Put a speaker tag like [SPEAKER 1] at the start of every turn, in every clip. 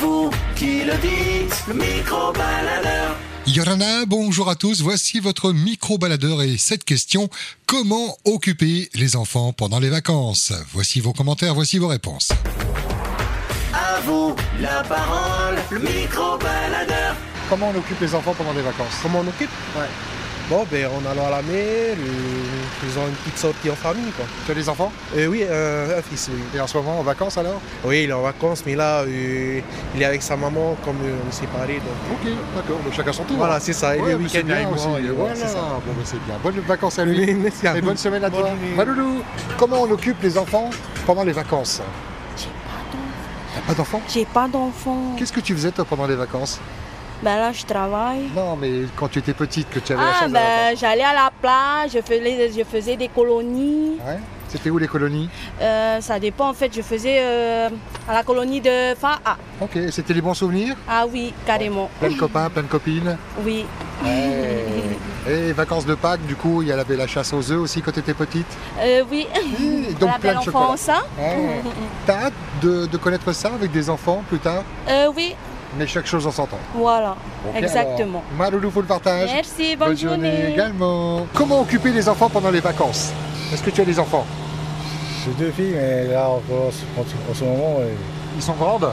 [SPEAKER 1] vous qui le dites, le micro-baladeur.
[SPEAKER 2] Yorana, bonjour à tous. Voici votre micro-baladeur et cette question comment occuper les enfants pendant les vacances Voici vos commentaires, voici vos réponses.
[SPEAKER 1] À vous la parole, le micro-baladeur.
[SPEAKER 2] Comment on occupe les enfants pendant les vacances
[SPEAKER 3] Comment on occupe Ouais. Bon, ben, en allant à la mer, euh, faisant une petite sortie en famille, quoi.
[SPEAKER 2] Tu as des enfants
[SPEAKER 3] Euh, oui, un, un fils, oui.
[SPEAKER 2] Et en ce moment, en vacances alors
[SPEAKER 3] Oui, il est en vacances, mais là, euh, il est avec sa maman, comme euh, on s'est parlé, donc...
[SPEAKER 2] Ok, d'accord, donc chacun son tour.
[SPEAKER 3] Voilà, c'est ça, et
[SPEAKER 2] Ouais,
[SPEAKER 3] le
[SPEAKER 2] mais
[SPEAKER 3] week-end,
[SPEAKER 2] c'est
[SPEAKER 3] il est
[SPEAKER 2] bien
[SPEAKER 3] avec
[SPEAKER 2] aussi.
[SPEAKER 3] moi, et
[SPEAKER 2] Voilà,
[SPEAKER 3] ouais, c'est ça.
[SPEAKER 2] bon, bah, c'est bien. Bonnes vacances à lui.
[SPEAKER 3] Merci à
[SPEAKER 2] Et
[SPEAKER 3] vous.
[SPEAKER 2] bonne semaine à
[SPEAKER 3] Bonne
[SPEAKER 2] toi.
[SPEAKER 3] journée.
[SPEAKER 2] Maloulou, comment on occupe les enfants pendant les vacances T'as pas d'enfants
[SPEAKER 4] J'ai pas d'enfant.
[SPEAKER 2] Qu'est-ce que tu faisais toi pendant les vacances
[SPEAKER 4] Ben là, je travaille.
[SPEAKER 2] Non, mais quand tu étais petite, que tu avais la
[SPEAKER 4] Ah,
[SPEAKER 2] chance d'avoir-
[SPEAKER 4] ben j'allais à la plage, je faisais, je faisais des colonies.
[SPEAKER 2] Ouais. C'était où les colonies
[SPEAKER 4] Euh, ça dépend, en fait, je faisais euh, à la colonie de Fa'a.
[SPEAKER 2] Ok, et c'était les bons souvenirs
[SPEAKER 4] Ah oui, carrément.
[SPEAKER 2] Plein de copains, plein de copines.
[SPEAKER 4] Oui.
[SPEAKER 2] Et vacances de Pâques, du coup, il y avait la chasse aux œufs aussi quand tu étais petite.
[SPEAKER 4] Euh, oui.
[SPEAKER 2] Et
[SPEAKER 4] la
[SPEAKER 2] donc plein
[SPEAKER 4] belle
[SPEAKER 2] de chocolat.
[SPEAKER 4] enfance. hein.
[SPEAKER 2] Ouais. T'as hâte de, de connaître ça avec des enfants plus tard,
[SPEAKER 4] Euh, oui,
[SPEAKER 2] mais chaque chose en son temps.
[SPEAKER 4] voilà.
[SPEAKER 2] Ok,
[SPEAKER 4] Exactement.
[SPEAKER 2] alors, Maloulou, faut le partage.
[SPEAKER 4] Merci, bonne, journée.
[SPEAKER 2] également. Comment occuper les enfants pendant les vacances Est-ce que tu as des enfants
[SPEAKER 5] J'ai deux filles, mais là, en, en- en- en ce moment, euh,
[SPEAKER 2] Ils sont grandes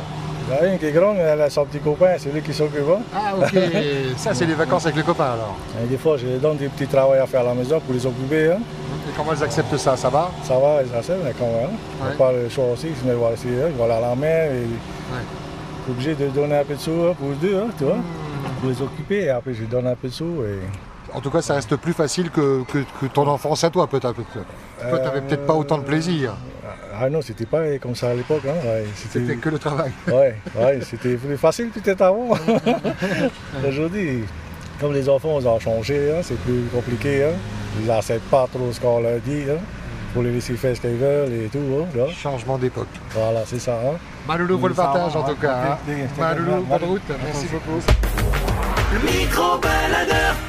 [SPEAKER 5] il y en a une qui est grande, elle a son petit copain, c'est lui qui s'occupe. hein.
[SPEAKER 2] Ah ok, ça c'est les vacances avec les copains alors.
[SPEAKER 5] Et des fois, je leur donne des petits travaux à faire à la maison pour les occuper. hein.
[SPEAKER 2] Et comment ils acceptent ça Ça va
[SPEAKER 5] Ça va, ils acceptent mais quand même. hein.
[SPEAKER 2] Ouais.
[SPEAKER 5] On parle le choix aussi, sinon ils vont rester, hein, ils vont aller à la mer. Et... Je suis obligé de donner un peu de sous hein, pour deux, hein, tu vois,
[SPEAKER 2] Hmm.
[SPEAKER 5] pour les occuper. Et après, je donne un peu de sous. Et...
[SPEAKER 2] En tout cas, ça reste plus facile que, que- que ton enfance à toi peut-être. Toi, t'avais peut-être pas autant de plaisir.
[SPEAKER 5] Ah non, c'était pas comme ça à l'époque. Hein. ouais, c'était-
[SPEAKER 2] C'était que le travail.
[SPEAKER 5] Ouais, ouais, c'était plus facile peut-être avant. Aujourd'hui, comme les enfants ils ont changé, hein, c'est plus compliqué. hein. Ils n'acceptent pas trop ce qu'on leur dit. hein. Faut les laisser faire ce qu'ils veulent et tout. hein, tu vois.
[SPEAKER 2] Changement d'époque.
[SPEAKER 5] Voilà, c'est ça. hein.
[SPEAKER 2] Maloulou, vous le
[SPEAKER 5] Ça va,
[SPEAKER 2] partage en
[SPEAKER 5] ouais.
[SPEAKER 2] tout cas. hein.
[SPEAKER 5] Dé- dé- dé-
[SPEAKER 2] Maloulou, bonne route. Merci beaucoup.
[SPEAKER 1] Le micro-baladeur.